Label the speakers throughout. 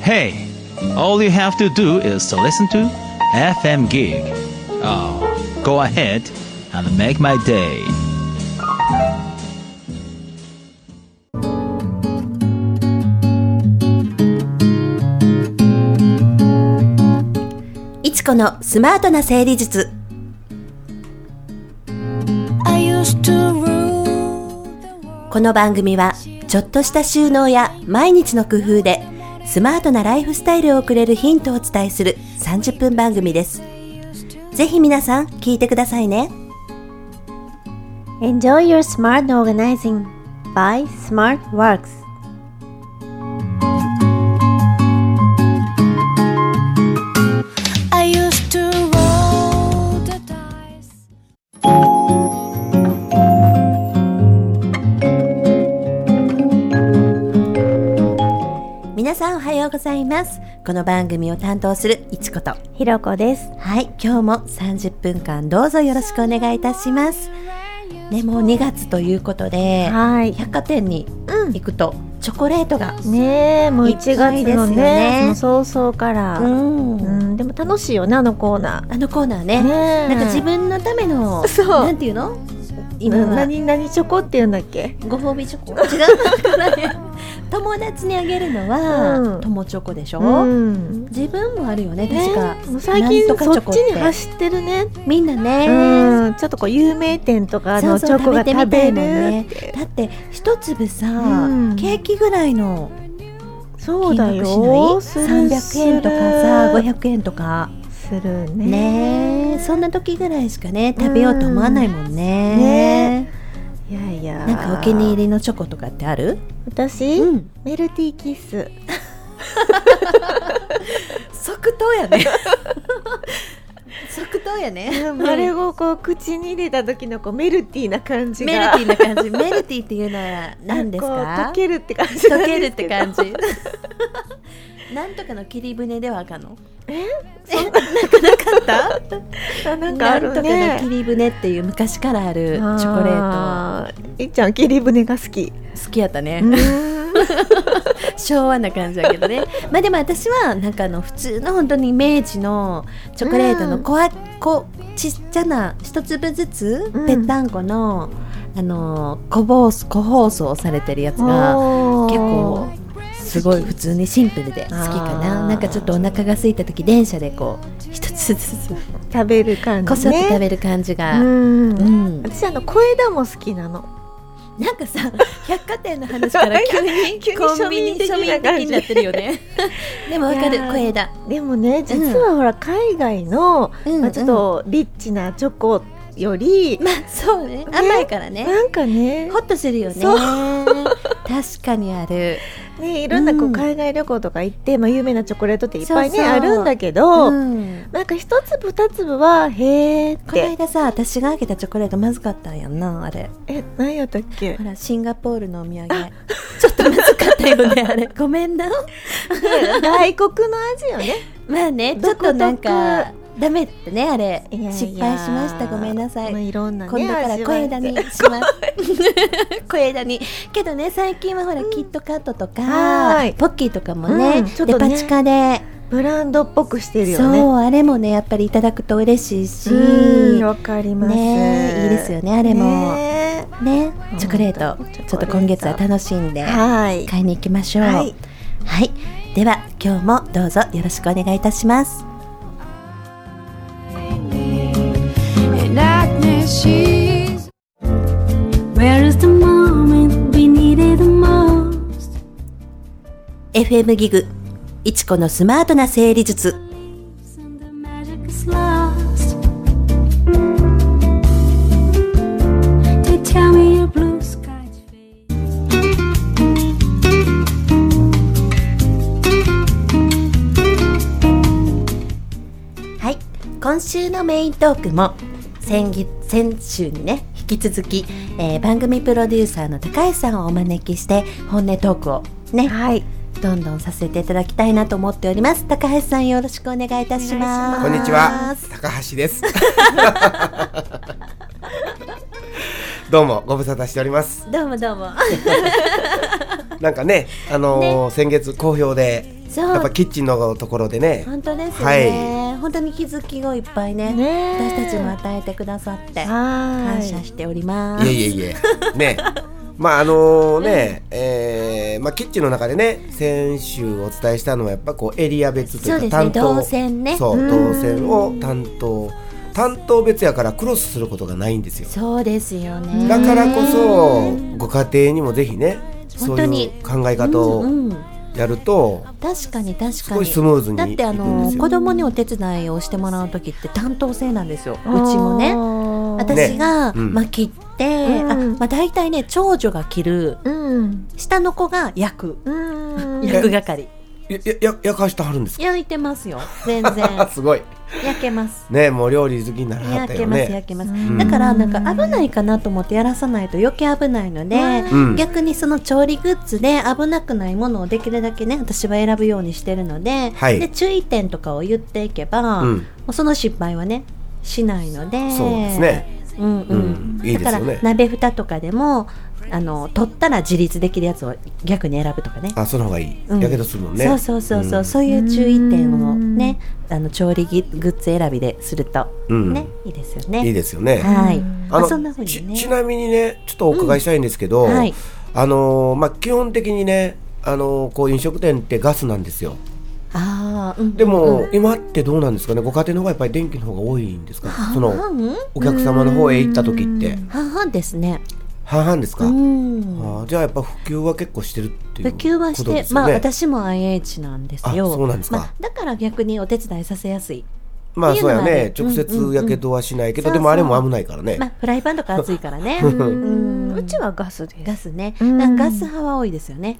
Speaker 1: Hey, all you have to do is to listen to FM Gig. Oh, go ahead and make my day.
Speaker 2: いちこのスマートな整理術
Speaker 3: I used to rule the world.
Speaker 2: この番組はちょっとした収納や毎日の工夫でスマートなライフスタイルをくれるヒントをお伝えする30分番組ですぜひ皆さん聞いてくださいね
Speaker 4: Enjoy your smart organizing by Smart Works.
Speaker 2: 皆さんおはようございますこの番組を担当するいちこと
Speaker 4: ひろこです。
Speaker 2: はい今日も30分間どうぞよろしくお願いいたしますねもう2月ということで
Speaker 4: はい。
Speaker 2: 百貨店に行くとチョコレートが、
Speaker 4: ねえ、もう
Speaker 2: いっぱい
Speaker 4: 1月
Speaker 2: で
Speaker 4: の
Speaker 2: すよね
Speaker 4: ね、もう早々から。うん、
Speaker 2: うん
Speaker 4: でも楽しいよね、あのコーナ
Speaker 2: あのコーナー
Speaker 4: ー。
Speaker 2: ね
Speaker 4: ねえ
Speaker 2: なんか自分のための
Speaker 4: そう
Speaker 2: なんていうの今
Speaker 4: うん
Speaker 2: は
Speaker 4: 何、何チョコって言うんだっけ
Speaker 2: ご褒美チョコ違うなんかね 友達にあげるの
Speaker 4: う
Speaker 2: は
Speaker 4: ん
Speaker 2: 友チョコでしょ、
Speaker 4: うん。
Speaker 2: 自分もあるよね
Speaker 4: ね
Speaker 2: 確か、
Speaker 4: もう最
Speaker 2: な
Speaker 4: 近
Speaker 2: んとか
Speaker 4: そ
Speaker 2: チョ
Speaker 4: っ
Speaker 2: コ
Speaker 4: ち
Speaker 2: て
Speaker 4: に走ってるね。
Speaker 2: みんなね、
Speaker 4: うん。ちょっとこう、有名店とか
Speaker 2: そう
Speaker 4: のチ
Speaker 2: そう
Speaker 4: ョコが食べ
Speaker 2: 食べてみたいも
Speaker 4: る
Speaker 2: んね
Speaker 4: って。
Speaker 2: だって一粒さ、
Speaker 4: うん
Speaker 2: ケーキぐらいの
Speaker 4: そ
Speaker 2: 金
Speaker 4: うだ
Speaker 2: 額し
Speaker 4: よ。
Speaker 2: ない300円とかさ
Speaker 4: する
Speaker 2: 500円とか
Speaker 4: するね。
Speaker 2: ねえそんな時ぐらいしかね食べようと思わないもんね,、
Speaker 4: ねいやいや。
Speaker 2: なんかお気に入りのチョコとかってある
Speaker 4: 私、
Speaker 2: うん
Speaker 4: メルティーキッス
Speaker 2: 即答やね即答やね
Speaker 4: あれをこう口に入れた時のこうメルティーな感じが
Speaker 2: メルティーな感じメルティーっていうのは何です
Speaker 4: こう
Speaker 2: か
Speaker 4: 溶けるって感じなん
Speaker 2: 溶
Speaker 4: ですけど
Speaker 2: けるって感じなんとかの切り舟ではあかんのえなんかなかった
Speaker 4: あな
Speaker 2: なん
Speaker 4: んかある
Speaker 2: とかの
Speaker 4: ね
Speaker 2: 切り舟っていう昔からあるチョコレー
Speaker 4: あーいっちゃん切り舟が好き
Speaker 2: ト好きやったね、
Speaker 4: う
Speaker 2: 昭和な感じだけど ねまあでも私はなんかあの普通の本当に明治のチョコレートの小,、小ちっちゃな一粒ずつ
Speaker 4: うん
Speaker 2: ぺったんこの、あのー個包個包装されてるやつが結構すごい普通にシンプルで好きか
Speaker 4: あ
Speaker 2: な
Speaker 4: ー
Speaker 2: なんかちょっとお腹が空いた時電車でこう一つずつ
Speaker 4: 食べる感じね
Speaker 2: こそっと食べる感じが、
Speaker 4: うん
Speaker 2: うん
Speaker 4: 私あの小枝も好きなの
Speaker 2: なんかさ百貨店の話から急に
Speaker 4: 急に
Speaker 2: コンビニ庶民
Speaker 4: 庶民的な
Speaker 2: 的
Speaker 4: 感じ
Speaker 2: になってるよね でもわか
Speaker 4: い
Speaker 2: る
Speaker 4: やー
Speaker 2: 小枝、
Speaker 4: でもね実はほら海外の、
Speaker 2: うん
Speaker 4: まあ、ちょっとリッチなチョコより、
Speaker 2: まあそうね甘いからね
Speaker 4: なんかね
Speaker 2: ホッとするよね
Speaker 4: そ
Speaker 2: 確かにある、
Speaker 4: ね、いろんな
Speaker 2: う
Speaker 4: こ
Speaker 2: ん
Speaker 4: う海外旅行とか行って、まあ、有名なチョコレートっていっぱいね
Speaker 2: そうそう
Speaker 4: あるんだけど、
Speaker 2: うん
Speaker 4: なんか一粒二粒はへーっ
Speaker 2: この
Speaker 4: て
Speaker 2: 間さ私があげたチョコレートまずかったんやんなあれ
Speaker 4: え何やったっけ
Speaker 2: ほらシンガポールのお土産 ちょっとまずかったよねあれごめんな
Speaker 4: 外国の味 よね
Speaker 2: まあねちょっ
Speaker 4: 独特
Speaker 2: となんかダメってねあれ
Speaker 4: いやいや
Speaker 2: 失敗しましたごめんなさい
Speaker 4: まあ、いろんなね
Speaker 2: 今度から小枝に
Speaker 4: 味
Speaker 2: し
Speaker 4: わ
Speaker 2: ます小枝にけどね最近はほら、キットカットと
Speaker 4: は
Speaker 2: か
Speaker 4: ーい
Speaker 2: ポッキーとかもね,、
Speaker 4: うんちょっとね
Speaker 2: デパ地下で
Speaker 4: いブランドっぽくしてるよね
Speaker 2: そうあれもねやっぱりいただくと嬉しいし
Speaker 4: うんわかります
Speaker 2: ねいいですよねあれもね
Speaker 4: ね
Speaker 2: チョコレート
Speaker 4: 本当
Speaker 2: ちょっと今月は楽しんで
Speaker 4: はい
Speaker 2: 買いに行きましょうは
Speaker 4: はいい、
Speaker 2: では今日もどうぞよろしくお願いいたします
Speaker 3: は
Speaker 2: FM ギグいちこのスマートな整理術はい今週のメイントークも先月先週にね引き続き、えー番組プロデューサーの高橋さんをお招きして本音トークをね
Speaker 4: はい
Speaker 2: どんどんさせていただきたいなと思っております高橋さんよろしくお願いいたします
Speaker 5: こんにちは、高橋です。 どうもご無沙汰しております。
Speaker 2: どうもどうも
Speaker 5: なんかね、あのー先月好評で、
Speaker 2: そう
Speaker 5: やっぱキッチンのところでね、
Speaker 2: 本当ですよ
Speaker 5: はい、
Speaker 2: ね、本当に気づきをいっぱいね
Speaker 4: ねえ
Speaker 2: 私たちも与えてくださって
Speaker 4: は
Speaker 2: 感
Speaker 4: ー
Speaker 2: 謝
Speaker 4: い。
Speaker 2: しておりま
Speaker 5: いえ
Speaker 2: す
Speaker 5: いえいえ、ね、まああのね、えーまあキッチンの中でね、先週お伝えしたのはやっぱこうエリア別と
Speaker 2: そう
Speaker 5: い
Speaker 2: ですね
Speaker 5: うか担当、
Speaker 2: 動線ね
Speaker 5: そう動線を担当、担当別やからクロスすることがないんですよ。
Speaker 2: そうですよね
Speaker 5: だからこそご家庭にもぜひね、そういう考え方
Speaker 2: う
Speaker 5: を
Speaker 2: ん
Speaker 5: やると、
Speaker 2: 確かに確
Speaker 5: す
Speaker 2: か
Speaker 5: ごい
Speaker 2: に
Speaker 5: スムーズに
Speaker 2: だっ
Speaker 5: い
Speaker 2: て
Speaker 5: く
Speaker 2: あ
Speaker 5: んで
Speaker 2: の
Speaker 5: すよ。
Speaker 2: 子供にお手伝いをしてもらう時って担当制なんですようち
Speaker 4: うち
Speaker 2: も
Speaker 4: もね
Speaker 2: ね。私
Speaker 5: ね
Speaker 2: が、
Speaker 5: うん
Speaker 2: まあ、切って、
Speaker 4: うん
Speaker 2: あまあ、大体ね長女が着る
Speaker 4: うん。
Speaker 2: 下の子が焼く
Speaker 4: うん。
Speaker 2: 焼く係
Speaker 5: ややや焼かしてはるんですか。
Speaker 2: 焼いてますよ全 然
Speaker 5: すごい。
Speaker 2: 焼けます
Speaker 5: ねもう料理好きにならはっ
Speaker 2: 焼
Speaker 5: た
Speaker 2: け
Speaker 5: よ
Speaker 2: ます
Speaker 5: ね。
Speaker 2: 焼けます、
Speaker 5: ん
Speaker 2: だからなんか危ないかなと思ってやらさないと余計危ないので、
Speaker 5: うん
Speaker 2: 逆にその調理グッズで危なくないものをできるだけね私は選ぶようにしてるので,、
Speaker 5: はい
Speaker 2: で注意点とかを言っていけば、
Speaker 5: う
Speaker 2: も
Speaker 5: ん、
Speaker 2: うその失敗はねしないので
Speaker 5: そうですね。
Speaker 2: うんう
Speaker 5: うんん、いいで
Speaker 2: だ
Speaker 5: す
Speaker 2: か
Speaker 5: よ
Speaker 2: ら
Speaker 5: ね。
Speaker 2: 鍋蓋とかでもあの取ったら自立できるやつを逆に選ぶとかね
Speaker 5: あ、その方がいい。
Speaker 2: うん
Speaker 5: やけどするもんね。
Speaker 2: そうそうそうそう、
Speaker 5: ん
Speaker 2: そういう注意点をねあの調理ギグッズ選びですると
Speaker 5: うん
Speaker 2: ね、いいですよね
Speaker 5: いいですよね。
Speaker 2: はい
Speaker 5: あ
Speaker 2: あ
Speaker 5: の
Speaker 2: そんなふう
Speaker 5: ち
Speaker 2: に
Speaker 5: ち
Speaker 2: ね
Speaker 5: なみにね、ちょっとお伺いしたいんですけど、
Speaker 2: うんはい
Speaker 5: あのーまあ基本的にね、あのーこう飲食店ってガスなんですよ。
Speaker 2: ああうん
Speaker 5: でも、今ってどうなんですかね。ご家庭の方がやっぱり電気の方が多いんですか。その
Speaker 2: 半々
Speaker 5: お客様の方へ行った時って
Speaker 2: 半々ですね
Speaker 5: 半々ですか。
Speaker 2: うん
Speaker 5: あーじゃあやっぱ普及は結構してるっていう
Speaker 2: 普
Speaker 5: ことです
Speaker 2: 及
Speaker 5: よね。
Speaker 2: はして、まあ私も IH なんですよ
Speaker 5: あそうなんですか
Speaker 2: まあ、だから逆にお手伝いさせやすい
Speaker 5: まあそうや
Speaker 2: っていうのはあ
Speaker 5: ね
Speaker 2: るう
Speaker 5: 直
Speaker 2: んうんう
Speaker 5: 接
Speaker 2: ん
Speaker 5: やけどはしないけど、
Speaker 2: そう
Speaker 5: でもあれ
Speaker 2: そう
Speaker 5: も危ないからね、
Speaker 2: まあフライパンとか熱いから ね
Speaker 4: うん。
Speaker 2: う
Speaker 4: うんちはガスで
Speaker 2: ガ
Speaker 4: す。
Speaker 2: スね、
Speaker 4: うん
Speaker 2: なんかガス派は多いですよね。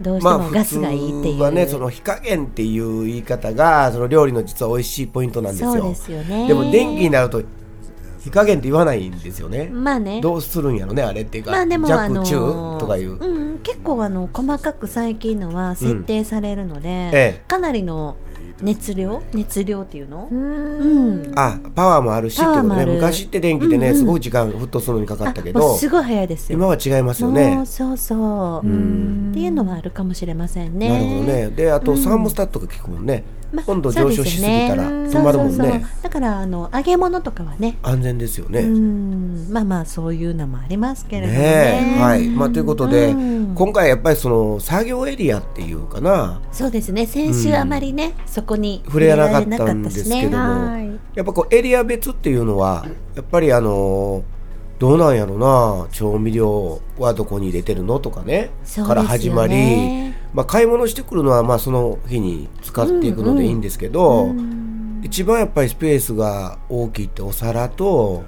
Speaker 2: どうして
Speaker 5: まあ
Speaker 2: もガスがいいってい
Speaker 5: 普
Speaker 2: う。
Speaker 5: 通はねその火加減っていう言い方がその料理の実は美味しいポイントなんですよ
Speaker 2: そうですよね
Speaker 5: でも電気になると火加減って言わないんですよね、
Speaker 2: まあね。
Speaker 5: どうするんやろねあれっていうか、
Speaker 2: まあでも
Speaker 5: 弱
Speaker 2: あのー
Speaker 5: 中とかいう、
Speaker 2: うん、結構あの細かく最近のは設定されるので、
Speaker 5: ええ
Speaker 2: かなりの熱量熱量っていうの、
Speaker 4: うん。
Speaker 2: うん、
Speaker 5: あパワーもあるしっていうこ
Speaker 2: パワー
Speaker 5: と
Speaker 2: もあ
Speaker 5: ね
Speaker 2: る
Speaker 5: 昔って電気でね、
Speaker 2: うんうん
Speaker 5: すごい時間沸騰するのにかかったけ
Speaker 2: あも
Speaker 5: ど
Speaker 2: うすごい早いですよ。
Speaker 5: 今は違いますよ
Speaker 2: も
Speaker 5: ね
Speaker 2: うそうそう、
Speaker 5: うん
Speaker 2: っていうのはあるかもしれませんね。
Speaker 5: なるほどねであとサーモスタットが効くもんね、
Speaker 2: まあ
Speaker 5: 温度上昇しすぎたら
Speaker 2: そうですよ
Speaker 5: 止
Speaker 2: ね
Speaker 5: まるもんね
Speaker 2: そうそうそうだからあの揚げ物とかはね、
Speaker 5: 安全ですよね、
Speaker 2: うん、まあまあそういうのもありますけれども
Speaker 5: ねえはいまあ、ということで、
Speaker 2: うん
Speaker 5: 今回やっぱりその作業エリアっていうかな
Speaker 2: そうですね先週あまりね、そこに
Speaker 5: 触れなかったんですけ
Speaker 2: ね
Speaker 5: ども、
Speaker 4: はい。
Speaker 5: やっぱこうエリア別っていうのはやっぱりあのどうなんやろな調味料はどこに入れてるのとかね
Speaker 2: そうですよね
Speaker 5: から始まり、まあ、買い物してくるのはまあその日に使っていくのでいいんですけど、一番やっぱりスペースが大きいってお皿と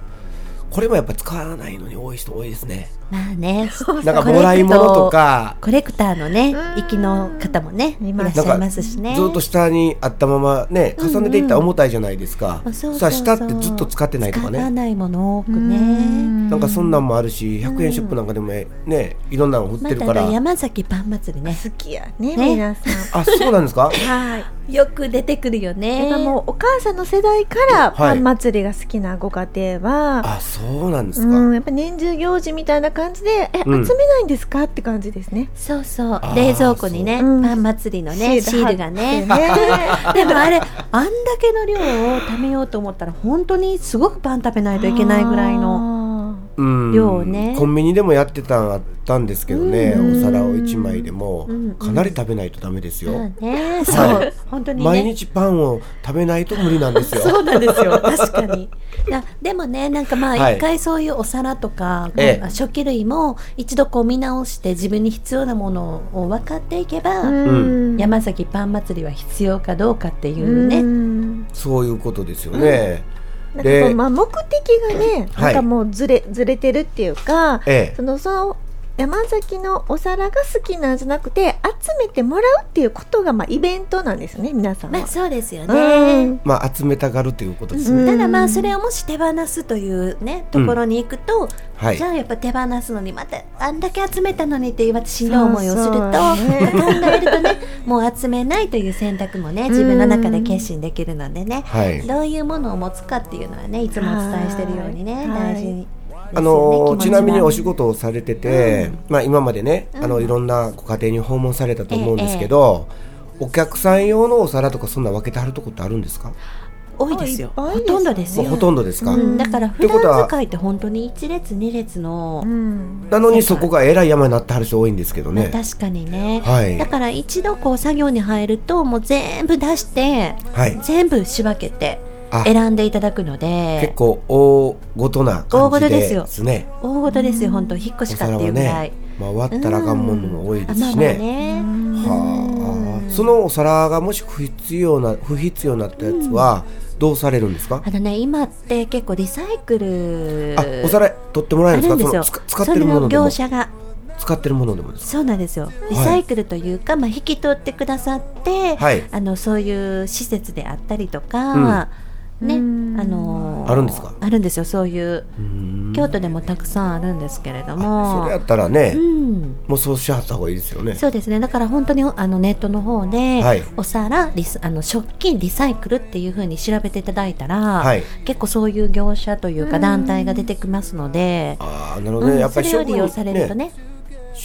Speaker 5: これもやっぱ使わないのに多い人多いですね。
Speaker 2: まあね
Speaker 5: なんかもらい物とか
Speaker 2: コレクターのね行きの方もねい
Speaker 4: いま
Speaker 2: らっ
Speaker 4: す
Speaker 2: しゃいますしね
Speaker 5: ずっと下にあったままね重ねていったら重たいじゃないですか、
Speaker 2: まあそうそうそう
Speaker 5: さあ下ってずっと使ってないとか
Speaker 2: 使わ
Speaker 5: ね
Speaker 2: ないもの多くね
Speaker 5: なんかそんなんもあるし100円ショップなんかでもねいろんなの売っ
Speaker 2: ま
Speaker 5: てるか
Speaker 2: た
Speaker 5: ら、
Speaker 2: ね山崎パン祭りね
Speaker 4: 好きや
Speaker 2: ね
Speaker 4: ね、皆さ ん。
Speaker 5: あそうなんですか
Speaker 2: はいよく出てくるよね
Speaker 4: やっぱもうお母さんの世代からパン祭りが好きなご家庭は、
Speaker 5: あそうなんですか、
Speaker 4: うん、やっぱ年中行事みたいな感じで、え、
Speaker 5: うん
Speaker 4: 集めないんですかって感じですね。
Speaker 2: そうそう
Speaker 5: あー
Speaker 2: 冷蔵庫にね
Speaker 4: そううん
Speaker 2: パン祭りのねシールが ね
Speaker 4: 貼ってね
Speaker 2: でもあれあんだけの量を貯めようと思ったら本当にすごくパン食べないといけないぐらいの
Speaker 4: の。
Speaker 5: うん
Speaker 2: 量ね
Speaker 5: コンビニでもやってたんあったんですけどね、
Speaker 2: うん
Speaker 5: お皿を1枚でも
Speaker 2: うん
Speaker 5: かなり食べないとダメですよ、
Speaker 2: まあねそう、
Speaker 5: はい
Speaker 2: 本当にね
Speaker 5: 毎日パンを食べないと無理なんですよ
Speaker 2: そうなんですよ確かになでもねなんかまあ
Speaker 5: はい
Speaker 2: 一回そういうお皿とか、
Speaker 5: ええ
Speaker 2: 食器類も一度こう見直して自分に必要なものを分かっていけば、
Speaker 5: ん
Speaker 2: 山崎パン祭りは必要かどうかっていううんね、
Speaker 5: そういうことですよね、
Speaker 4: なんかこ
Speaker 5: で
Speaker 4: う、まあ、目的がね、
Speaker 5: はい
Speaker 4: なんかもうずれ、ずれてるっていうか、
Speaker 5: ええ
Speaker 4: その、その。山崎のお皿が好きなんじゃなくて集めてもらうっていうことがまあイベントなんですよね皆さんは。
Speaker 2: まあそうですよ
Speaker 4: う
Speaker 2: ね
Speaker 4: ん
Speaker 5: まあ集めたがるということです
Speaker 4: う
Speaker 5: ね、
Speaker 4: ん
Speaker 2: ただまあそれをもし手放すというねところに行くと、
Speaker 5: はい
Speaker 2: じゃあやっぱ手放すのにまたあんだけ集めたのにっていう私の思いをすると
Speaker 4: そうそうね
Speaker 2: 考えると ねもう集めないという選択もね自分の中で決心できるのでね
Speaker 5: はい
Speaker 2: どういうものを持つかっていうのはねいつもお伝えしてるようにね
Speaker 4: はい
Speaker 2: 大事に
Speaker 5: あのちなみにお仕事をされてて、まあ、今までね、あのいろんなご家庭に訪問されたと思うんですけど、お客さん用のお皿とかそんな分けてあるとこってあるんですか、
Speaker 2: 多いですよ
Speaker 4: あいっぱい
Speaker 2: ほと
Speaker 4: です
Speaker 2: んどです
Speaker 5: もう
Speaker 2: よ
Speaker 5: ほとんどですか、
Speaker 4: う
Speaker 2: うんだから
Speaker 5: て
Speaker 2: 普
Speaker 5: ことは
Speaker 2: 段使いって本当に1列2列の、
Speaker 4: うん
Speaker 5: なのにそこがえらい山になってはる人多いんですけどね
Speaker 2: 確かにね、
Speaker 5: はい
Speaker 2: だから一度こう作業に入るともう全部出して
Speaker 5: はい
Speaker 2: 全部仕分けて
Speaker 5: あ
Speaker 2: 選んでいただくので
Speaker 5: 結構大ごとな
Speaker 2: 大
Speaker 5: 感
Speaker 2: ご
Speaker 5: じ
Speaker 2: とで
Speaker 5: です
Speaker 2: よ
Speaker 5: すね
Speaker 2: 大ごとですよ本当引っ
Speaker 5: お
Speaker 2: 越しか
Speaker 5: 皿
Speaker 2: ってい
Speaker 5: は
Speaker 2: うぐら
Speaker 5: ね
Speaker 2: い、
Speaker 5: まあ、割ったらあかんものも多い
Speaker 2: あ
Speaker 5: で
Speaker 2: ますあ
Speaker 5: し
Speaker 2: まあ
Speaker 5: ね,、
Speaker 2: ね、
Speaker 5: はあ、そのお皿がもし不必要な不必要になったやつはどうされるんですか、
Speaker 2: あのね今って結構リサイクル
Speaker 5: あお皿取ってもら
Speaker 2: あ
Speaker 5: えるんで
Speaker 2: る
Speaker 5: す
Speaker 2: んです
Speaker 5: かそ
Speaker 2: よ
Speaker 5: の使使ってるもの
Speaker 2: そ
Speaker 5: でも
Speaker 2: 業者が
Speaker 5: 使ってるものでもですか
Speaker 2: そうなんですよリサイクルというか、まあ、引き取ってくださって、
Speaker 5: はい
Speaker 2: あのそういう施設であったりとか、ねあのー
Speaker 5: あるんですか
Speaker 2: あるんですよそういう
Speaker 5: うーん
Speaker 2: 京都でもたくさんあるんですけれども
Speaker 5: それやったらね、
Speaker 2: うん
Speaker 5: もうそうしはった方がいいですよね
Speaker 2: そうですねだから本当にあのネットの方で、
Speaker 5: はい
Speaker 2: お皿リスあの食器リサイクルっていうふうに調べていただいたら、
Speaker 5: はい
Speaker 2: 結構そういう業者というか団体が出てきますので、
Speaker 5: ああなるほど
Speaker 2: う
Speaker 5: ね、
Speaker 2: ん
Speaker 5: やっぱ
Speaker 2: それを
Speaker 5: り処分
Speaker 2: 利用されるとね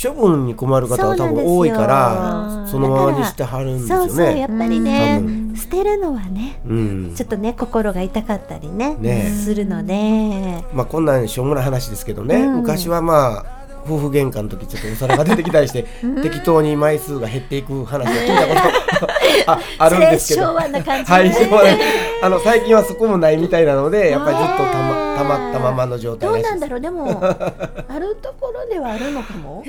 Speaker 5: 処分に困る方は多分多いからそ
Speaker 2: そうなんですよ
Speaker 5: のままにしてはるんですよ
Speaker 2: そ
Speaker 5: ね
Speaker 2: うそうやっぱりね
Speaker 5: う
Speaker 2: 捨てるのはね
Speaker 5: うん
Speaker 2: ちょっとね心が痛かったりね
Speaker 5: ねえ
Speaker 2: するので
Speaker 5: まあこんなんしょうもない話ですけどね、
Speaker 2: うん
Speaker 5: 昔はまあ夫婦喧嘩の時ちょっとお皿が出てきたりして 適当に枚数が減っていく話を聞いたこと ああるんですけど
Speaker 2: それ昭和な感じ
Speaker 5: はい
Speaker 2: ね
Speaker 5: 昭和あの最近はそこもないみたいなのでやっぱりずっとたまたまったままの状態
Speaker 2: ど
Speaker 5: ら
Speaker 2: う
Speaker 5: しいで
Speaker 2: な
Speaker 5: す
Speaker 2: んだろうで もあるところではあるのかも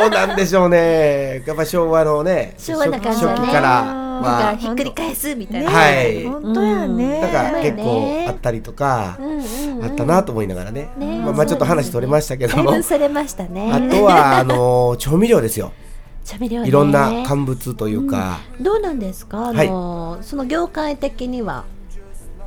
Speaker 5: どうなんでしょうねやっぱ昭和のね
Speaker 2: 昭和な感じだね
Speaker 5: 初期から
Speaker 4: あー
Speaker 5: ま
Speaker 2: な
Speaker 5: あ
Speaker 2: んかひっくり返すみたいな、
Speaker 5: はい
Speaker 4: 本当やね。
Speaker 5: なんか
Speaker 2: ね
Speaker 5: 結構あったりとか、
Speaker 2: うんうんうん
Speaker 5: あったなと思いながらね
Speaker 2: ね
Speaker 5: まあ、まあちょっと話取れましたけど
Speaker 2: だい
Speaker 5: も、
Speaker 2: ぶそれましたね
Speaker 5: あとはあの ー調味料ですよ
Speaker 2: 調味料ね
Speaker 5: いろんな乾物というか、
Speaker 2: どうなんですかあの、その業界的には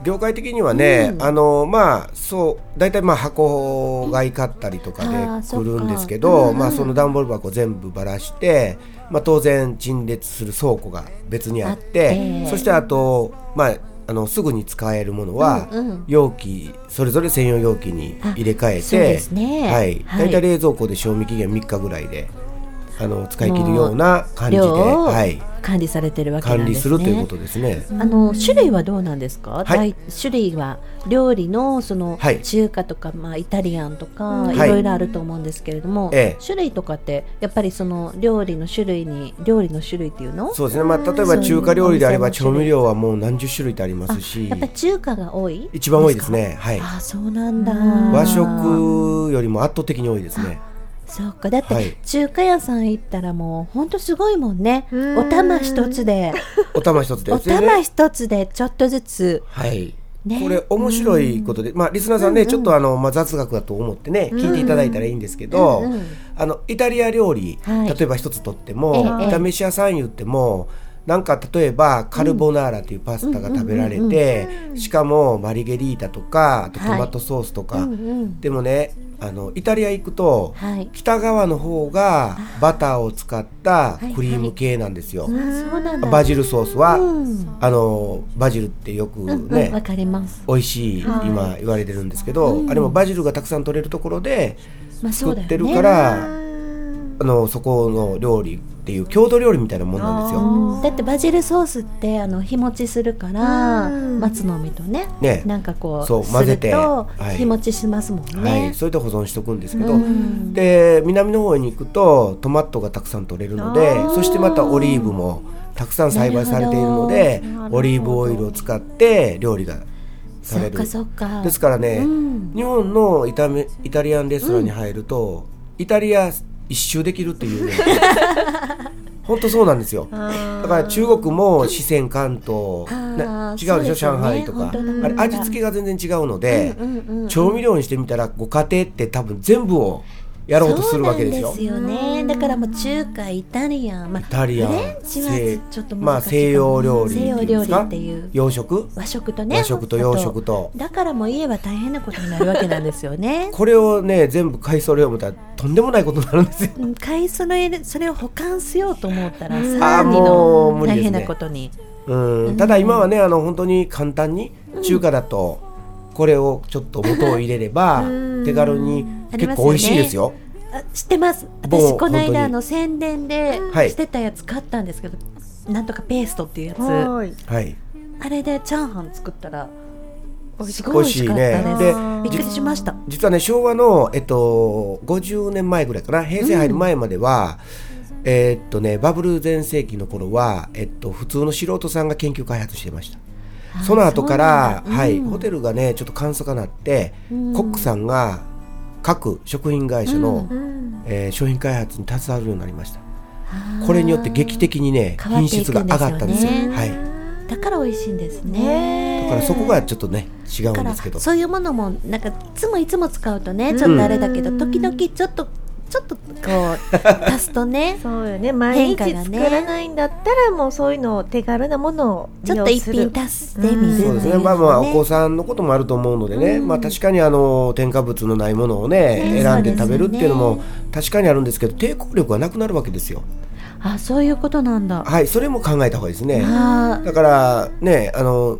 Speaker 5: 業界的にはね、
Speaker 2: うん
Speaker 5: あのーまあそう大体まあ箱買い買ったりとか
Speaker 2: あー
Speaker 5: で
Speaker 2: そっ
Speaker 5: 来
Speaker 2: か
Speaker 5: るんですけ
Speaker 2: う
Speaker 5: ど
Speaker 2: んうん
Speaker 5: まあその段ボール箱全部ばらして、まあ、当然陳列する倉庫が別にあ
Speaker 2: あ
Speaker 5: って
Speaker 2: って
Speaker 5: そしてあとまああのすぐに使えるものは、
Speaker 2: うんうん
Speaker 5: 容器それぞれ専用容器に入れ替えて
Speaker 2: そうですね
Speaker 5: はい、
Speaker 2: はい
Speaker 5: 大体冷蔵庫で賞味期限3日ぐらいであの使い切るような感じで、
Speaker 2: 量を
Speaker 5: はい、
Speaker 2: 管理されてるわけな
Speaker 5: 管
Speaker 2: んで
Speaker 5: 理
Speaker 2: す
Speaker 5: す
Speaker 2: ね
Speaker 5: るということですね。
Speaker 2: あの種類はどうなんですか、
Speaker 5: い
Speaker 2: 大種類は料理のその
Speaker 5: はい
Speaker 2: 中華とか、まあ、イタリアンとか、
Speaker 5: ん
Speaker 2: いろいろあると思うんですけれども、
Speaker 5: ええ
Speaker 2: 種類とかってやっぱりその料理の種類に料理の種類っていうの
Speaker 5: そうですね、まあ、例え
Speaker 2: そうい
Speaker 5: ば
Speaker 2: う
Speaker 5: 中華料理であれ
Speaker 2: お
Speaker 5: ば
Speaker 2: 店の種類
Speaker 5: 調味料はもう何十種類ってありますし
Speaker 2: やっぱり中華が多い
Speaker 5: 一番多いですね、はい、
Speaker 2: ああそうなんだ
Speaker 5: 和食よりも圧倒的に多いですね
Speaker 2: そうかだっ
Speaker 5: は
Speaker 2: て
Speaker 5: い
Speaker 2: 中華屋さん行ったらもうほんとすごいもんね
Speaker 4: うん
Speaker 2: お玉一つで
Speaker 5: お玉一つで
Speaker 2: お玉一つでちょっとずつ
Speaker 5: はい
Speaker 2: ね
Speaker 5: これ面白いことで、まあ、リスナーさんね、ちょっとあの、まあ、雑学だと思ってね聞いていただいたらいいんですけど、
Speaker 2: うんうん
Speaker 5: あのイタリア料理、
Speaker 2: はい
Speaker 5: 例えば一つとっても、
Speaker 2: ええ
Speaker 5: 炒め飯屋さん言ってもなんか例えばカルボナーラというパスタが食べられて、しかもマリゲリータとかあとトマトソースとか、
Speaker 2: うんうん
Speaker 5: でもねあのイタリア行くと、
Speaker 2: はい
Speaker 5: 北側の方がバターを使ったクリーム系なんですよ。
Speaker 2: あそうなんだ
Speaker 5: バジルソースは、
Speaker 2: うん
Speaker 5: あのバジルってよくね、
Speaker 2: うんわかります
Speaker 5: 美味しい今言われてるんですけど、あれもバジルがたくさん取れるところで
Speaker 2: まあそ
Speaker 5: 作
Speaker 2: うだ
Speaker 5: っ
Speaker 2: よ
Speaker 5: てる
Speaker 2: ね
Speaker 5: から、あのそこの料理っていう郷土料理みたいなもんなんですよ。
Speaker 2: うんだってバジルソースってあの日持ちするから松の実とね
Speaker 5: ね
Speaker 2: なんかこう
Speaker 5: そう
Speaker 2: す
Speaker 5: 混ぜ
Speaker 2: る
Speaker 5: て
Speaker 2: と
Speaker 5: はい
Speaker 2: 日持ちしますもん
Speaker 5: は
Speaker 2: ね
Speaker 5: い、それで保存しとくんですけど、
Speaker 2: うん
Speaker 5: で南の方に行くとトマトがたくさん取れるので
Speaker 4: あー
Speaker 5: そしてまたオリーブもたくさん栽培されているので
Speaker 4: なるほど
Speaker 5: オリーブオイルを使って料理がさ
Speaker 2: そ
Speaker 5: れ
Speaker 2: っ
Speaker 5: る
Speaker 2: かそっか
Speaker 5: ですからね、
Speaker 2: うん
Speaker 5: 日本のイタメイタリアンレストランに入ると、イタリア一周できるっていう ね本当そうなんですよだから中国も四川関東な
Speaker 2: あー
Speaker 5: 違うでしょ
Speaker 2: そうですよね
Speaker 5: 上海とか
Speaker 2: 本当だ
Speaker 5: あれ味付けが全然違うので、
Speaker 2: うんうんうん
Speaker 5: 調味料にしてみたらご家庭って多分全部をやろうとするわけですよ
Speaker 2: そうなんですよね。だからもう中華、イタリアン、まあ、
Speaker 5: イタリアン
Speaker 2: フレンチは
Speaker 5: 西
Speaker 2: ちょっと難しいかも
Speaker 5: まあ、西洋料理っていうん
Speaker 2: 西
Speaker 5: ですか
Speaker 2: 洋料理っていう
Speaker 5: 洋食
Speaker 2: 和食とね。
Speaker 5: 和食と洋食と
Speaker 2: だからもう家は大変なことになるわけなんですよね。
Speaker 5: これをね全部買い揃えよう思ったらとんでもないことになるんですよ
Speaker 2: うん買い揃えるそれを保管しようと思ったらさら
Speaker 5: あー
Speaker 2: に
Speaker 5: もう
Speaker 2: の
Speaker 5: 無理
Speaker 2: 大
Speaker 5: ですね
Speaker 2: 変なことに、
Speaker 5: うん、ただ今はねあの本当に簡単に中華だと、これをちょっと元を入れれば
Speaker 2: うん
Speaker 5: 手軽に
Speaker 2: あり
Speaker 5: 結
Speaker 2: ますよね
Speaker 5: 構美味しいですよ。
Speaker 2: あ知ってます
Speaker 5: もう
Speaker 2: 私この
Speaker 5: 本当に
Speaker 2: 間あの宣伝で
Speaker 5: はい
Speaker 2: してたやつ買ったんですけど、なんとかペーストっていうやつあ
Speaker 4: はーい
Speaker 5: はい、
Speaker 2: れでチャーハン作ったらすごい美
Speaker 5: 美味
Speaker 2: 味
Speaker 5: し
Speaker 2: し
Speaker 5: い
Speaker 2: かっ
Speaker 5: ね
Speaker 2: た。で
Speaker 5: です
Speaker 2: びっくりしました
Speaker 5: 実はね昭和の、えっと、50年前ぐらいかな平成入る前までは、えっとねバブル全盛期の頃は、えっと、普通の素人さんが研究開発してましたその後から、
Speaker 2: そうなんだ
Speaker 5: はい、
Speaker 2: うん
Speaker 5: ホテルがねちょっと簡素化なって、
Speaker 2: うん
Speaker 5: コックさんが各食品会社の、
Speaker 2: う
Speaker 4: うん
Speaker 5: えー商品開発に携わるようになりましたこれによって劇的にね
Speaker 2: 変わっ
Speaker 5: 品
Speaker 2: ていく
Speaker 5: 質
Speaker 2: んです
Speaker 5: が
Speaker 2: よね
Speaker 5: 上がったんですよはい、
Speaker 2: だから美味しいんですね
Speaker 4: ね
Speaker 5: だからそこがちょっとね違う
Speaker 2: だか
Speaker 5: んで
Speaker 2: ら
Speaker 5: すけど
Speaker 2: そういうものもなんかいつもいつも使うとねちょっとあれだけど、
Speaker 4: うん
Speaker 2: 時々ちょっとちょっとこう足すと ね
Speaker 4: そうよね毎日
Speaker 2: 変化が
Speaker 4: 作
Speaker 2: ね
Speaker 4: らないんだったらもうそういうのを手軽なものを
Speaker 2: ちょっと一品足してみるっていう
Speaker 4: うん
Speaker 5: そうですね、
Speaker 2: のも
Speaker 5: まあまあ、お子さんのこともあると思うのでね、まあ確かにあの添加物のないものをね、
Speaker 2: ね
Speaker 5: 選んで食べるっていうの
Speaker 2: そうで
Speaker 5: も確かにあるんですけど、抵抗力がなくなるわけですよ。
Speaker 2: あそういうことなんだ
Speaker 5: はい、それも考えた方がいいですね。
Speaker 2: あ
Speaker 5: だからね、あの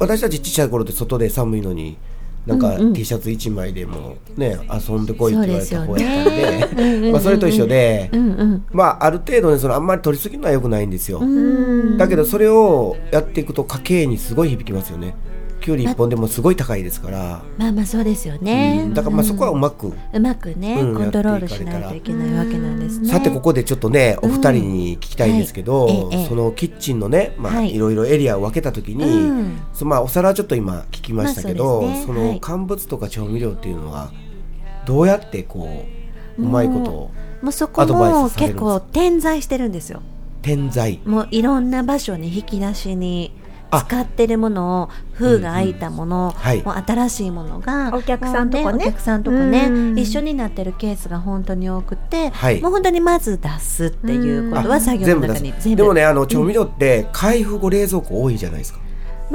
Speaker 5: 私たちちっちゃい頃で外で寒いのに、なんか
Speaker 2: うんうん
Speaker 5: T シャツ一枚でもね、遊んでこいって言われた
Speaker 2: そ
Speaker 5: 方
Speaker 2: うですよ
Speaker 5: や
Speaker 2: ね
Speaker 5: ったんで、 まあそれと一緒で
Speaker 2: う、んうん
Speaker 5: まあある程度ね、そのあんまり取りすぎるのは良くないんですよ。
Speaker 2: うん
Speaker 5: だけどそれをやっていくと家計にすごい響きますよね。キュウリ一本でもすごい高いですから。
Speaker 2: まあまあそうですよね、
Speaker 5: うんだからまあそこはう
Speaker 2: う
Speaker 5: まく、
Speaker 2: んうまくね、
Speaker 5: うん
Speaker 2: コントロールしないといけないわけなんですね
Speaker 5: さてここでちょっとねお二人に聞きたいんですけ
Speaker 2: うん
Speaker 5: ど、
Speaker 2: はいええ
Speaker 5: そのキッチンのね、まあ
Speaker 2: はい
Speaker 5: い、ろいろエリアを分けた時に、
Speaker 2: うん
Speaker 5: そまあ、お皿はちょっと今聞きましたけど、
Speaker 2: まあそうですね
Speaker 5: そ
Speaker 2: は
Speaker 5: の
Speaker 2: い
Speaker 5: 乾物とか調味料っていうのはどうやってこううまいことを
Speaker 2: もうそこ
Speaker 5: アドバイス
Speaker 2: も
Speaker 5: されるん
Speaker 2: 結
Speaker 5: です
Speaker 2: 構点在してるんですよ
Speaker 5: 点在
Speaker 2: もういろんな場所に引き出しに使ってるものを封が開いたもの、
Speaker 5: はい
Speaker 2: もう新しいものが
Speaker 4: お客さんとこね
Speaker 2: もうお客さんとこね
Speaker 4: うん
Speaker 2: 一緒になってるケースが本当に多くて、
Speaker 5: はい
Speaker 2: もう本当にまず出すっていうこと
Speaker 5: あ
Speaker 2: は作業
Speaker 5: 全
Speaker 2: の
Speaker 5: 部
Speaker 2: 中
Speaker 5: 出
Speaker 2: に全部
Speaker 5: すでもねあの調味料って開封後冷蔵庫多いじゃないですか、
Speaker 2: ま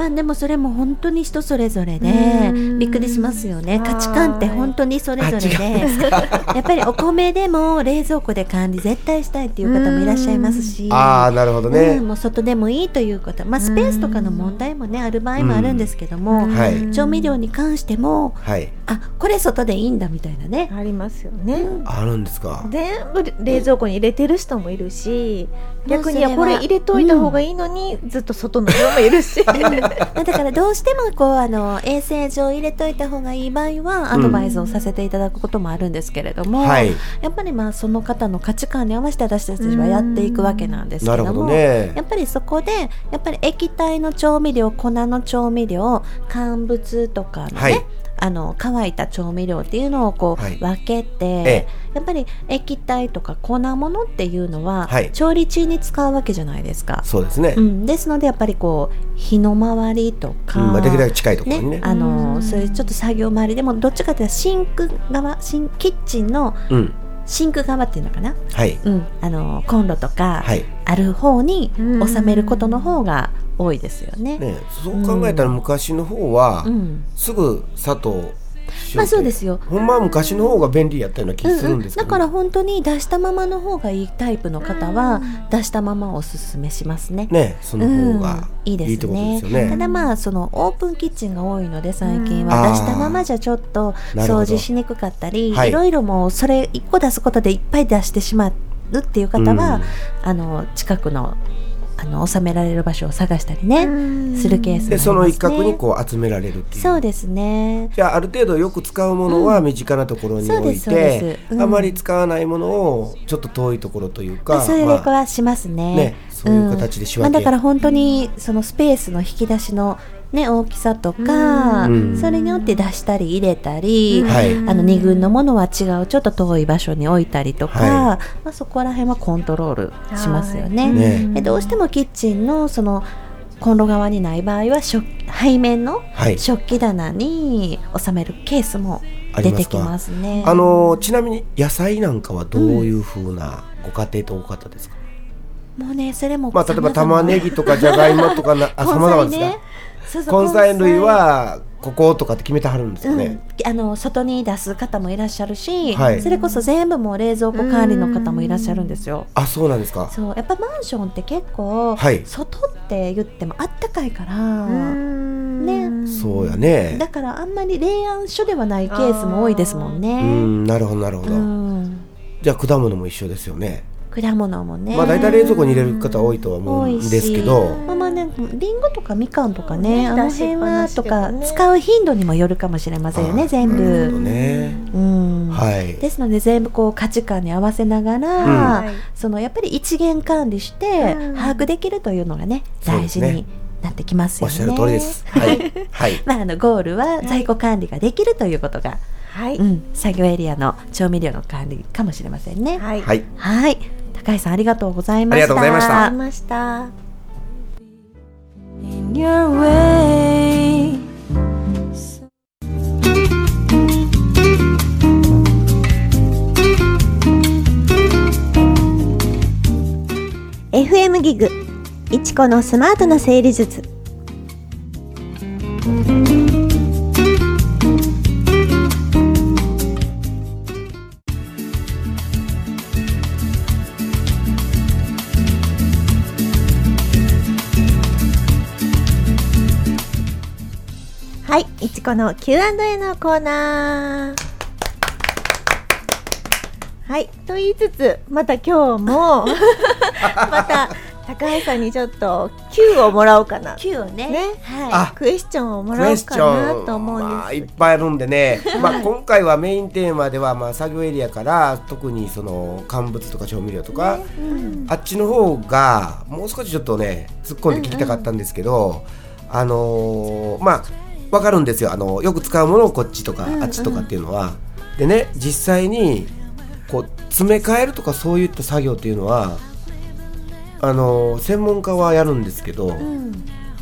Speaker 2: あでもそれも本当に人それぞれで
Speaker 4: うん
Speaker 2: びっくりしますよね
Speaker 4: はい
Speaker 2: 価値観って本当にそれぞれで
Speaker 5: あ
Speaker 2: やっぱりお米でも冷蔵庫で管理絶対したいっていう方もいらっしゃいますし
Speaker 5: ああなるほどね、
Speaker 2: うん、もう外でもいいということ、まあ、スペースとかの問題もね、ある場合もあるんですけども、
Speaker 5: は
Speaker 4: う
Speaker 5: い
Speaker 4: ん
Speaker 2: 調味料に関しても
Speaker 5: はい
Speaker 2: あこれ外でいいんだみたいな ね、
Speaker 4: ありますよね
Speaker 5: あるんですか
Speaker 4: 全部冷蔵庫に入れてる人もいるし
Speaker 2: うん
Speaker 4: 逆にい
Speaker 2: もうそれは
Speaker 4: やこれ入れといた方がいいのに、ずっと外の人もいるし
Speaker 2: まあだからどうしてもこうあの衛生上入れといた方がいい場合はアドバイスをさせていただくこともあるんですけれども、
Speaker 5: はい
Speaker 2: やっぱりまあその方の価値観に合わせて私たちはやっていくわけなんです
Speaker 5: な
Speaker 2: け
Speaker 5: るほ
Speaker 2: ど
Speaker 5: ど
Speaker 2: も。
Speaker 5: ね
Speaker 2: やっぱりそこでやっぱり液体の調味料粉の調味料乾物とかのね、
Speaker 5: はい
Speaker 2: あの乾いた調味料っていうのをこう
Speaker 5: はい
Speaker 2: 分けて、
Speaker 5: え
Speaker 2: やっぱり液体とか粉物っていうのは
Speaker 5: はい
Speaker 2: 調理中に使うわけじゃないですか。
Speaker 5: そうですね、
Speaker 2: う
Speaker 5: うん
Speaker 2: ん、ですのでやっぱりこう火の回りとか、
Speaker 5: まあ、できるだけ近いところにね
Speaker 2: ね、あ
Speaker 4: う
Speaker 2: の
Speaker 4: ん
Speaker 2: そういうちょっと作業回りでもどっちかというとシンク側シンキッチンの
Speaker 5: うん
Speaker 2: シンク側っていうのかな、
Speaker 5: はい
Speaker 2: うん、あのコンロとか
Speaker 5: はい
Speaker 2: ある方に
Speaker 4: うん
Speaker 2: 収めることの方が多いですよね。
Speaker 5: ね、そう考えたら昔の方は、
Speaker 2: うん、
Speaker 5: すぐ砂糖塩気
Speaker 2: まあそうですよ。
Speaker 5: ほんまは昔の方が便利やったような気
Speaker 2: うん
Speaker 5: するん
Speaker 2: う
Speaker 5: で
Speaker 2: ん、
Speaker 5: すけ
Speaker 2: だ
Speaker 5: ど、
Speaker 2: から本当に出したままの方がいいタイプの方は出したままおすすめしますね。
Speaker 5: ねその方が
Speaker 2: うんいい
Speaker 5: い
Speaker 2: ですね
Speaker 5: いってことですよね。
Speaker 2: ただまあそのオープンキッチンが多いので最近は
Speaker 5: うん
Speaker 2: 出したままじゃちょっと
Speaker 5: なるほ
Speaker 2: 掃
Speaker 5: ど
Speaker 2: 除しにくかったり、
Speaker 5: はい
Speaker 2: いろいろもうそれ1個出すことでいっぱい出してしまうっていう方は、
Speaker 5: うん
Speaker 2: あの近くのあの収められる場所を探したりね、するケース
Speaker 5: でそ
Speaker 2: もあ
Speaker 5: の
Speaker 2: り
Speaker 5: 一
Speaker 2: ますね
Speaker 5: 角にこう集められるっていう。
Speaker 2: そうですね。
Speaker 5: じゃあある程度よく使うものは身近なところに
Speaker 2: そう
Speaker 5: 置
Speaker 2: で
Speaker 5: い
Speaker 2: すそうで
Speaker 5: て、
Speaker 2: すうん
Speaker 5: あまり使わないものをちょっと遠いところというか、
Speaker 2: それでこ
Speaker 5: まあ
Speaker 2: はしますね。
Speaker 5: ねそういう形で仕分け
Speaker 2: まあ、だから本当にそのスペースの引き出しのね大きさとか、
Speaker 5: うん
Speaker 2: それによって出したり入れたり、
Speaker 5: はい
Speaker 2: あの二軍のものは違うちょっと遠い場所に置いたりとか、
Speaker 5: は
Speaker 2: まあそこら辺はコントロールしますよね。
Speaker 5: ね
Speaker 2: でどうしてもキッチンのそのコンロ側にない場合は食背面の
Speaker 5: はい
Speaker 2: 食器棚に収めるケースも出てきますね。
Speaker 5: あのちなみに野菜なんかはどういう風なご家庭と多かったですか。
Speaker 2: もうねそれも
Speaker 5: まあ例えば
Speaker 2: 様々
Speaker 5: 玉ねぎとかじゃがいもとかなあ様々ですか。
Speaker 2: そうそう
Speaker 5: 根菜類はこことかって決めてはるんです
Speaker 2: う
Speaker 5: よ
Speaker 2: ん
Speaker 5: ね。
Speaker 2: あの外に出す方もいらっしゃるし、
Speaker 5: はい
Speaker 2: それこそ全部もう冷蔵庫管理の方もいらっしゃるんですよ。
Speaker 5: あそうなんですか。
Speaker 2: そうやっぱマンションって結構、
Speaker 5: はい
Speaker 2: 外って言ってもあったかいから、
Speaker 4: ね
Speaker 2: ね
Speaker 5: そうやね
Speaker 2: だからあんまり霊安書ではないケースも多いですもん
Speaker 5: う
Speaker 2: ね。
Speaker 5: んなるほどなるほど、
Speaker 2: うん、
Speaker 5: じゃあ果物も一緒ですよね
Speaker 2: 果物もね。
Speaker 5: まあ大体冷蔵庫に入れる方多いとは思うんですけど
Speaker 2: まあまあね、リンゴとかみかんとかね、あ
Speaker 4: ね
Speaker 2: の辺は
Speaker 4: 出しっ
Speaker 2: とか
Speaker 4: ぱなしでもね
Speaker 2: 使う頻度にもよるかもしれませんよ
Speaker 5: あ
Speaker 2: ね、全
Speaker 5: なるほど
Speaker 2: 部。
Speaker 5: ね
Speaker 2: うん。
Speaker 5: はい
Speaker 2: ですので全部こう価値観に合わせながら、
Speaker 5: うん
Speaker 4: はい
Speaker 2: そのやっぱり一元管理して
Speaker 4: うん
Speaker 2: 把握できるというのがね、
Speaker 5: そう
Speaker 2: 大
Speaker 5: です
Speaker 2: 事
Speaker 5: ね
Speaker 2: になってきます
Speaker 5: お
Speaker 2: よ
Speaker 5: っ
Speaker 2: ね。
Speaker 5: しゃる通りで すはいはい
Speaker 2: まあ、あのゴールは在庫管理ができるということが、
Speaker 4: はい、
Speaker 2: うん、作業エリアの調味料の管理かもしれませんね。
Speaker 4: はい、
Speaker 5: はい
Speaker 2: はい、高井さんありがとうございました。
Speaker 5: ありがとうございまし
Speaker 4: あ
Speaker 5: た
Speaker 4: りました。
Speaker 6: in your way.
Speaker 7: FM ギグいちこのスマートな整理術
Speaker 4: はい、いちこの Q&A のコーナー。はい、と言いつつ、また今日 もまた高橋さんにちょっと Q をもらおうかな。
Speaker 2: Q をね
Speaker 4: ね、
Speaker 2: は、
Speaker 5: あ
Speaker 4: クエスチョンをも
Speaker 5: ク
Speaker 4: らお
Speaker 5: エ
Speaker 4: う
Speaker 5: スチ
Speaker 4: か
Speaker 5: ョ
Speaker 4: な
Speaker 5: ン
Speaker 4: と思うん
Speaker 5: まあ、い
Speaker 4: で
Speaker 5: っぱいあるんでね、 まあ、今回はメインテーマでは、まあ、作業エリアから特にその乾物とか調味料とか、あっちの方がもう少しちょっとね突っ込んで聞きたかったんですけど、あのーまあわかるんですよあのよく使うものをこっちとか、あっちとかっていうのは。でね実際にこう詰め替えるとかそういった作業っていうのはあのー専門家はやるんですけど、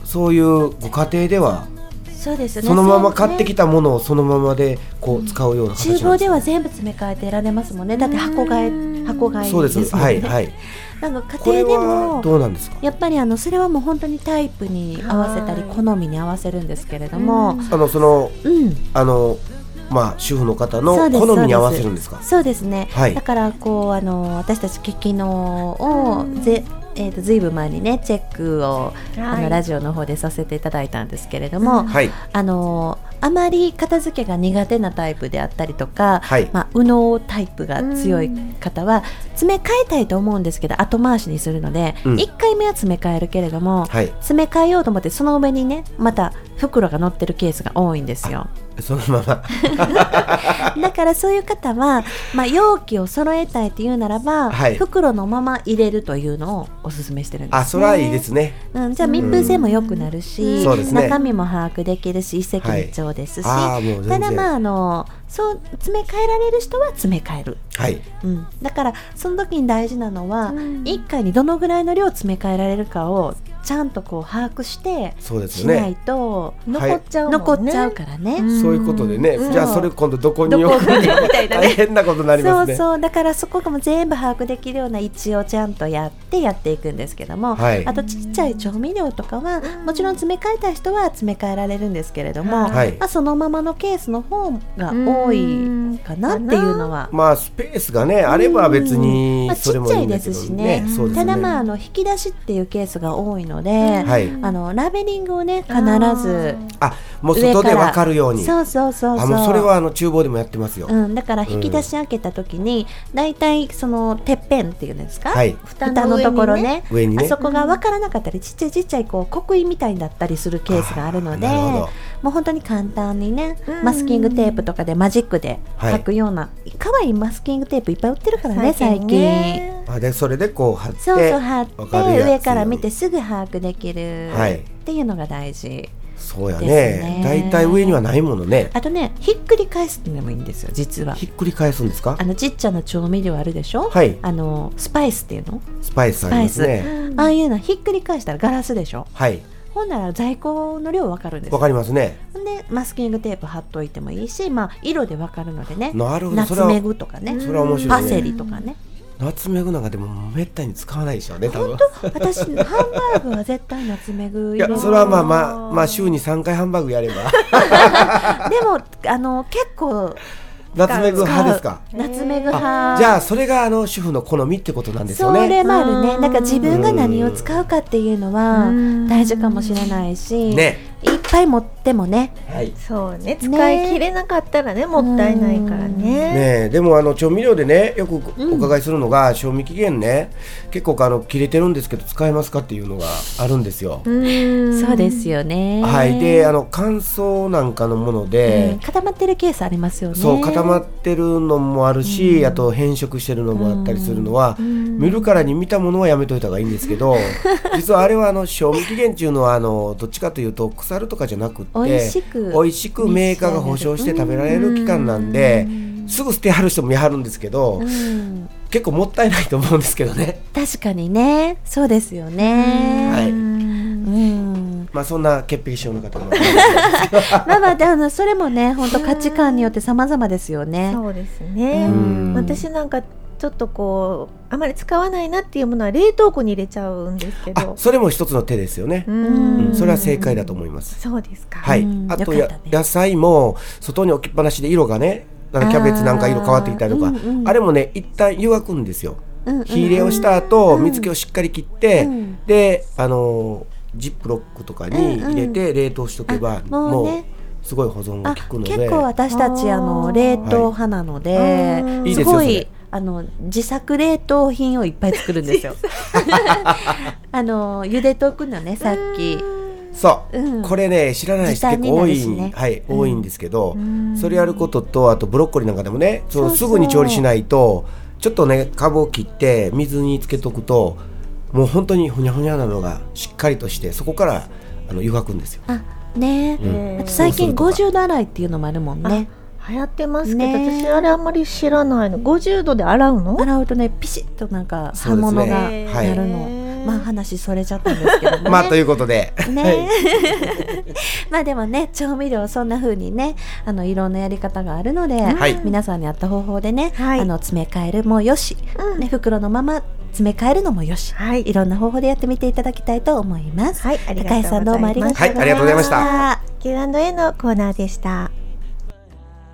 Speaker 5: そういうご家庭ではい
Speaker 2: そうですよね。
Speaker 5: そのまま買ってき
Speaker 2: た。
Speaker 5: たものをそのままでこう使うような形な
Speaker 2: 厨
Speaker 5: んです
Speaker 2: 房では全部詰め替えてられますもんね。だって箱買い、箱買い
Speaker 5: そうです
Speaker 2: もん
Speaker 5: は
Speaker 2: ね
Speaker 5: いはい
Speaker 2: あの家
Speaker 5: これ
Speaker 2: 庭で
Speaker 5: は
Speaker 2: も
Speaker 5: どうなんですか
Speaker 2: やっぱりあのそれはもう本当にタイプに合わせたり
Speaker 4: はい
Speaker 2: 好みに合わせるんですけれども、
Speaker 5: あのその
Speaker 2: うん、
Speaker 5: あのまあ主婦の方の
Speaker 2: そうです
Speaker 5: 好みに合わせるんですか
Speaker 2: そうですね、
Speaker 5: はい
Speaker 2: だからこうあの私たち昨日をぜ、えー、とずいぶん前にねチェックを、
Speaker 4: す。
Speaker 2: あのラ
Speaker 4: ジ
Speaker 2: ジオの方でさせていただいたんですけれども、
Speaker 5: はい
Speaker 2: あのあまり片付けが苦手なタイプであったりとか、
Speaker 5: はい
Speaker 2: まあ、右脳タイプが強い方は詰め替えたいと思うんですけど後回しにするので、
Speaker 5: うん
Speaker 2: 一1回目は詰め替えるけれども、
Speaker 5: はい
Speaker 2: 詰め替えようと思ってその上にねまた袋が乗ってるケースが多いんですよ。
Speaker 5: そのまま
Speaker 2: だからそういう方は、まあ、容器を揃えたいっていうならば、
Speaker 5: はい
Speaker 2: 袋のまま入れるというのをお勧めしてるんです、ね、
Speaker 5: あそれはいいですね
Speaker 2: うん、じゃあ密封性も良くなるし、
Speaker 5: うんそうですね
Speaker 2: 中身も把握できるし一石二鳥ですし、
Speaker 5: ああもう
Speaker 2: た
Speaker 5: 全
Speaker 2: だ
Speaker 5: 然
Speaker 2: まああのそう詰め替えられる人は詰め替える、
Speaker 5: はい
Speaker 2: うん、だからその時に大事なのは、一1回にどのぐらいの量詰め替えられるかをちゃんとこう把握して
Speaker 5: そうです
Speaker 2: し
Speaker 5: よ
Speaker 2: ない
Speaker 5: ね
Speaker 2: と、
Speaker 5: はい
Speaker 4: 残っちゃうもんね。
Speaker 2: 残っちゃうからね。
Speaker 5: そういうことでね
Speaker 2: うん
Speaker 5: じゃあそれ今度どこに
Speaker 2: どこ
Speaker 5: 置く
Speaker 2: にみたいなね
Speaker 5: 大変なことになりますね
Speaker 2: そうそうだからそこがもう全部把握できるような位置をちゃんとやってやっていくんですけども、
Speaker 5: はい
Speaker 2: あとちっちゃい調味料とかはもちろん詰め替えたい人は詰め替えられるんですけれども、
Speaker 5: はい
Speaker 2: まあ、そのままのケースの方が多いかなっていうのは。
Speaker 5: まあスペースがねあれば別に
Speaker 2: まあ、ち
Speaker 5: それ
Speaker 2: っ
Speaker 5: も
Speaker 2: ちゃ
Speaker 5: いい
Speaker 2: い
Speaker 5: んだ
Speaker 2: で
Speaker 5: けど
Speaker 2: すしね
Speaker 5: ねそうです
Speaker 2: た
Speaker 5: ね
Speaker 2: だまああの引き出しっていうケースが多いので、
Speaker 5: はい
Speaker 2: あのラベリングをね必ず
Speaker 5: あもう
Speaker 2: 上
Speaker 5: 外
Speaker 2: か
Speaker 5: で
Speaker 2: ら
Speaker 5: わかるように
Speaker 2: そうそうそうそう
Speaker 5: あもうそれはあの厨房でもやってますよ
Speaker 2: うん、だから引き出し開けた時に、大体そのてっぺんっていうんですか、
Speaker 5: はい
Speaker 4: 蓋
Speaker 2: 蓋のところね
Speaker 5: 上にね
Speaker 2: あそこが分からなかったりちっちゃいちっちゃいこう刻印みたいになったりするケースがあるので
Speaker 5: あーなるほど
Speaker 2: もう本当に簡単にね
Speaker 4: うん
Speaker 2: マスキングテープとかでマジックで
Speaker 5: はい
Speaker 2: 書くような、可愛いマスキングテープいっぱい売ってるからね最
Speaker 4: 最
Speaker 2: 近
Speaker 4: 近ね
Speaker 5: あでそれでこう貼って
Speaker 2: そうそう貼っ
Speaker 5: わかるや
Speaker 2: て
Speaker 5: つ
Speaker 2: 上から見てすぐ把握できる、
Speaker 5: はい
Speaker 2: っていうのが大事
Speaker 5: そうや
Speaker 2: です
Speaker 5: ね
Speaker 2: ね
Speaker 5: だいたい上にはないものね
Speaker 2: あとねひっくり返すっていうのもいいんですよ実は
Speaker 5: ひっくり返すんですか
Speaker 2: あのちっちゃな調味料あるでしょ、
Speaker 5: はい
Speaker 2: あのスパイスっていうの、
Speaker 5: スパイスありますね
Speaker 2: ああいうのひっくり返したらガラスでしょ
Speaker 5: はい
Speaker 2: ほんなら在庫の量わかるんです
Speaker 5: わ
Speaker 2: よ
Speaker 5: かりますね
Speaker 2: でマスキングテープ貼っといてもいいし、まあ、色でわかるのでね
Speaker 5: なるほど
Speaker 2: ナ
Speaker 5: そ
Speaker 2: ツ
Speaker 5: れは
Speaker 2: メグとかね
Speaker 5: それは面白
Speaker 2: パ
Speaker 5: い
Speaker 2: セ
Speaker 5: ね
Speaker 2: リとかね
Speaker 5: ナツメグなんかでもめったに使わないでしょうね多分
Speaker 2: 私ハンバーグは絶対ナツメグ
Speaker 5: い
Speaker 2: 入れ
Speaker 5: や
Speaker 2: る
Speaker 5: それはまあまあまあ週に3回ハンバーグやれ ば
Speaker 2: でもあの結構
Speaker 5: ナツメグ派ですか
Speaker 2: ナツメグ
Speaker 5: あ
Speaker 2: 派
Speaker 5: じゃあそれがあの主婦の好みってことなんですよ
Speaker 2: そ
Speaker 5: ね
Speaker 2: れもあるねなんか自分が何を使うかっていうのは大事かもしれないし、
Speaker 5: ね
Speaker 2: いっぱい持っってもね
Speaker 5: はい
Speaker 4: そうね使い切れなかったらねもったいないからね
Speaker 5: ねえでもあの調味料でねよくお伺いするのが、賞味期限ね結構あの切れてるんですけど使えますかっていうのがあるんですよ、
Speaker 4: うん
Speaker 2: そうですよね
Speaker 5: はいであの乾燥なんかのもので、
Speaker 2: うん固まってるケースありますよね
Speaker 5: そう固まってるのもあるし、あと変色してるのもあったりするのは、見るからに見たものはやめといた方がいいんですけど実はあれはあの賞味期限っていうのはあのどっちかというと腐るとかじゃなくって
Speaker 2: 美味しく
Speaker 5: 美味しくメーカーが保証して食べられる期間なんで、すぐ捨てはる人もやはるんですけど、
Speaker 2: うん
Speaker 5: 結構もったいないと思うんですけ どね、
Speaker 2: 確かにねそうですよね
Speaker 5: はい
Speaker 2: うん
Speaker 5: まあそんな潔癖症の方も
Speaker 2: まあまあであのそれもね本当価値観によって様々ですよね
Speaker 4: そうです
Speaker 2: う
Speaker 4: ね、
Speaker 2: ん
Speaker 4: 私なんかちょっとこうあまり使わないなっていうものは冷凍庫に入れちゃうんですけ
Speaker 5: あ
Speaker 4: ど
Speaker 5: それも一つの手ですよね、
Speaker 4: うん
Speaker 5: うんそれは正解だと思います
Speaker 4: そうですか、
Speaker 5: はい
Speaker 2: うん、
Speaker 5: あと
Speaker 2: よ
Speaker 5: や、
Speaker 2: かったね
Speaker 5: 野菜も外に置きっぱなしで色がねなんかキャベツなんか色変わってきたりとかあ,、
Speaker 2: あーうんうん
Speaker 5: れもね一旦湯がくんですよ
Speaker 2: うんうんうん
Speaker 5: 火入れをした後、水気をしっかり切って、
Speaker 2: うん
Speaker 5: であのージップロックとかに入れて冷凍しとけば、
Speaker 2: あもうね
Speaker 5: もうすごい保存が
Speaker 2: あ
Speaker 5: 効くので
Speaker 2: 結構私たち
Speaker 4: あー
Speaker 2: あの冷凍派なので、
Speaker 4: はい
Speaker 5: いいですすよ
Speaker 2: ごい
Speaker 5: それ
Speaker 2: あの自作冷凍品をいっぱい作るん ですよ。あの茹でとくのねさっき。
Speaker 5: そう、
Speaker 2: うん
Speaker 5: これね知らない人
Speaker 2: 時短
Speaker 5: 結
Speaker 2: に
Speaker 5: 構
Speaker 2: な
Speaker 5: 多
Speaker 2: る
Speaker 5: い、
Speaker 2: しね
Speaker 5: はい、多いんですけど、それやることとあとブロッコリーなんかでもねそうすぐに調理しないとちょっとね株を切って水につけとくともう本当にほにゃほにゃなのがしっかりとしてそこからあの湯がくんですよ。
Speaker 2: あね、
Speaker 5: うん
Speaker 2: あと最近
Speaker 5: そうす
Speaker 2: 50度洗いっていうのもあるもんね。
Speaker 4: 流行ってますけど、
Speaker 2: ね
Speaker 4: 私あれあんまり知らないの50度で洗うの
Speaker 2: 洗うとねピシッとなんか
Speaker 5: そう
Speaker 2: 刃
Speaker 5: で
Speaker 2: 物
Speaker 5: すね
Speaker 2: が
Speaker 5: へー
Speaker 2: なるの。
Speaker 4: はい
Speaker 2: まあ話それちゃったんですけどもね。
Speaker 5: まあというこ とで、
Speaker 2: ね、まあでもね調味料そんな風にねあのいろんなやり方があるので、
Speaker 5: はい
Speaker 2: 皆さんに合った方法でね、
Speaker 4: はい
Speaker 2: あの詰め替えるもよし、
Speaker 4: うん
Speaker 2: ね、袋のまま詰め替えるのもよし、
Speaker 4: はい
Speaker 2: いろんな方法でやってみていただきたいと思います。
Speaker 4: はいありがと
Speaker 2: 高
Speaker 4: うござい
Speaker 2: 井
Speaker 4: ます
Speaker 2: さんどうもありがとうございました。
Speaker 5: はいありがとうございました。
Speaker 4: Q&A のコーナーでした。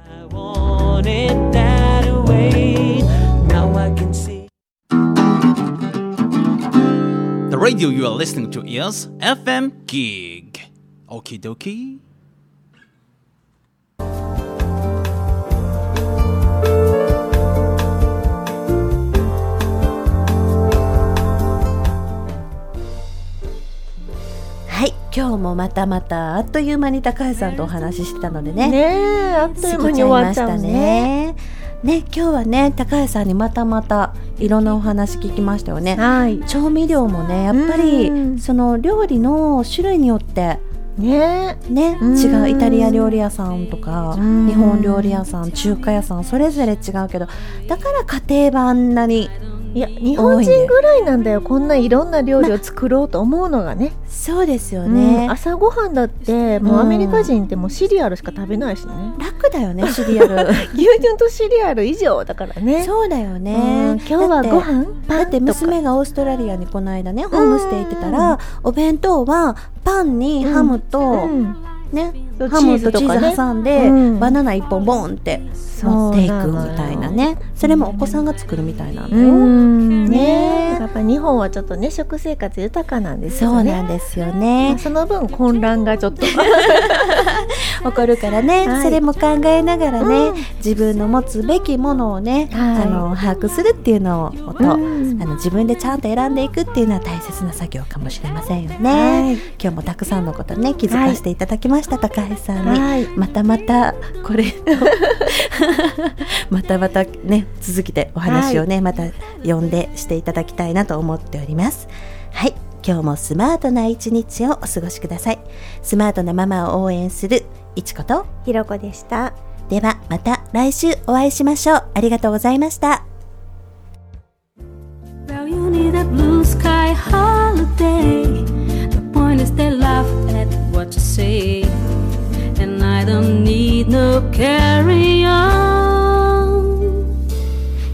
Speaker 8: I want it that way. Now I can see.
Speaker 1: The radio you are listening to is FM Gig. Okie dokie.
Speaker 2: はい今日もまたまたあっという間に高井さんとお話ししてたのでね。
Speaker 4: ねえあっという間に終わっちゃうね。
Speaker 2: ね。ね今日はね高井さんにまたまたいろんなお話聞きましたよね。
Speaker 4: はい
Speaker 2: 調味料もねやっぱり
Speaker 4: うん
Speaker 2: その料理の種類によって
Speaker 4: ね
Speaker 2: ね
Speaker 4: うん
Speaker 2: 違うイタリア料理屋さんとか
Speaker 4: うん
Speaker 2: 日本料理屋さん中華屋さんそれぞれ違うけどだから家庭版あんなに
Speaker 4: いや日本人ぐらいなんだよこんないろんな料理を作ろうと思うのがね。
Speaker 2: そうですよ
Speaker 4: う
Speaker 2: ね
Speaker 4: ん、朝ごはんだってもうアメリカ人ってもうシリアルしか食べないしね。
Speaker 2: 楽だよねシリア ル
Speaker 4: 牛乳とシリアル以上だからね。
Speaker 2: そうだよね
Speaker 4: うん今日は
Speaker 2: だ
Speaker 4: ご
Speaker 2: って
Speaker 4: 飯パ
Speaker 2: だ
Speaker 4: ン
Speaker 2: って
Speaker 4: とか
Speaker 2: 娘がオーストラリアにこの間ねホームステイ行ってたらお弁当はパンにハムと
Speaker 4: うん
Speaker 2: ね
Speaker 4: そう
Speaker 2: ハムとチ
Speaker 4: チーズとか
Speaker 2: ー
Speaker 4: ね
Speaker 2: ズ挟んで
Speaker 4: うん
Speaker 2: バナナ1本ボンって持っていくみたいなねそれもお子さんが作るみたいなんだよ、
Speaker 4: うん
Speaker 2: ね
Speaker 4: ねやっぱ日本はちょっとね食生活豊かなんです
Speaker 2: そう
Speaker 4: よね。
Speaker 2: なんですよ
Speaker 4: ま
Speaker 2: ね
Speaker 4: あその分混乱がちょっ と
Speaker 2: 起こるからね、
Speaker 4: はい
Speaker 2: それも考えながらね、
Speaker 4: うん
Speaker 2: 自分の持つべきものをね、
Speaker 4: はい
Speaker 2: あの把握するっていうのをと、
Speaker 4: うん
Speaker 2: あの自分でちゃんと選んでいくっていうのは大切な作業かもしれませんよね、
Speaker 4: はい
Speaker 2: 今日もたくさんのことね気づかせていただきました、高橋さんに、
Speaker 4: はい
Speaker 2: またまたこれ またまたね続きでお話をね、また呼んでしていただきたいなと思っておりますはい今日もスマートな一日をお過ごしくださいスマートなママを応援するいちこと
Speaker 4: ひろこでした。
Speaker 2: ではまた来週お会いしましょうありがとうございました
Speaker 3: Well, you need a blue sky holiday. The point is they laugh at what you say. And I don't need no carry on.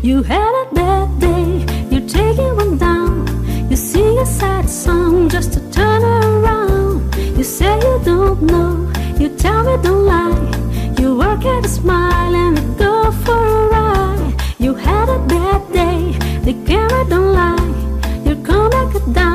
Speaker 3: You had a bad day, you're taking one down. You sing a sad song just to turn around. You say you don't know, you tell me don't lie. You work at a smile and we go for a ride. You had a bad day, the camera don't lie. Your comeback could die.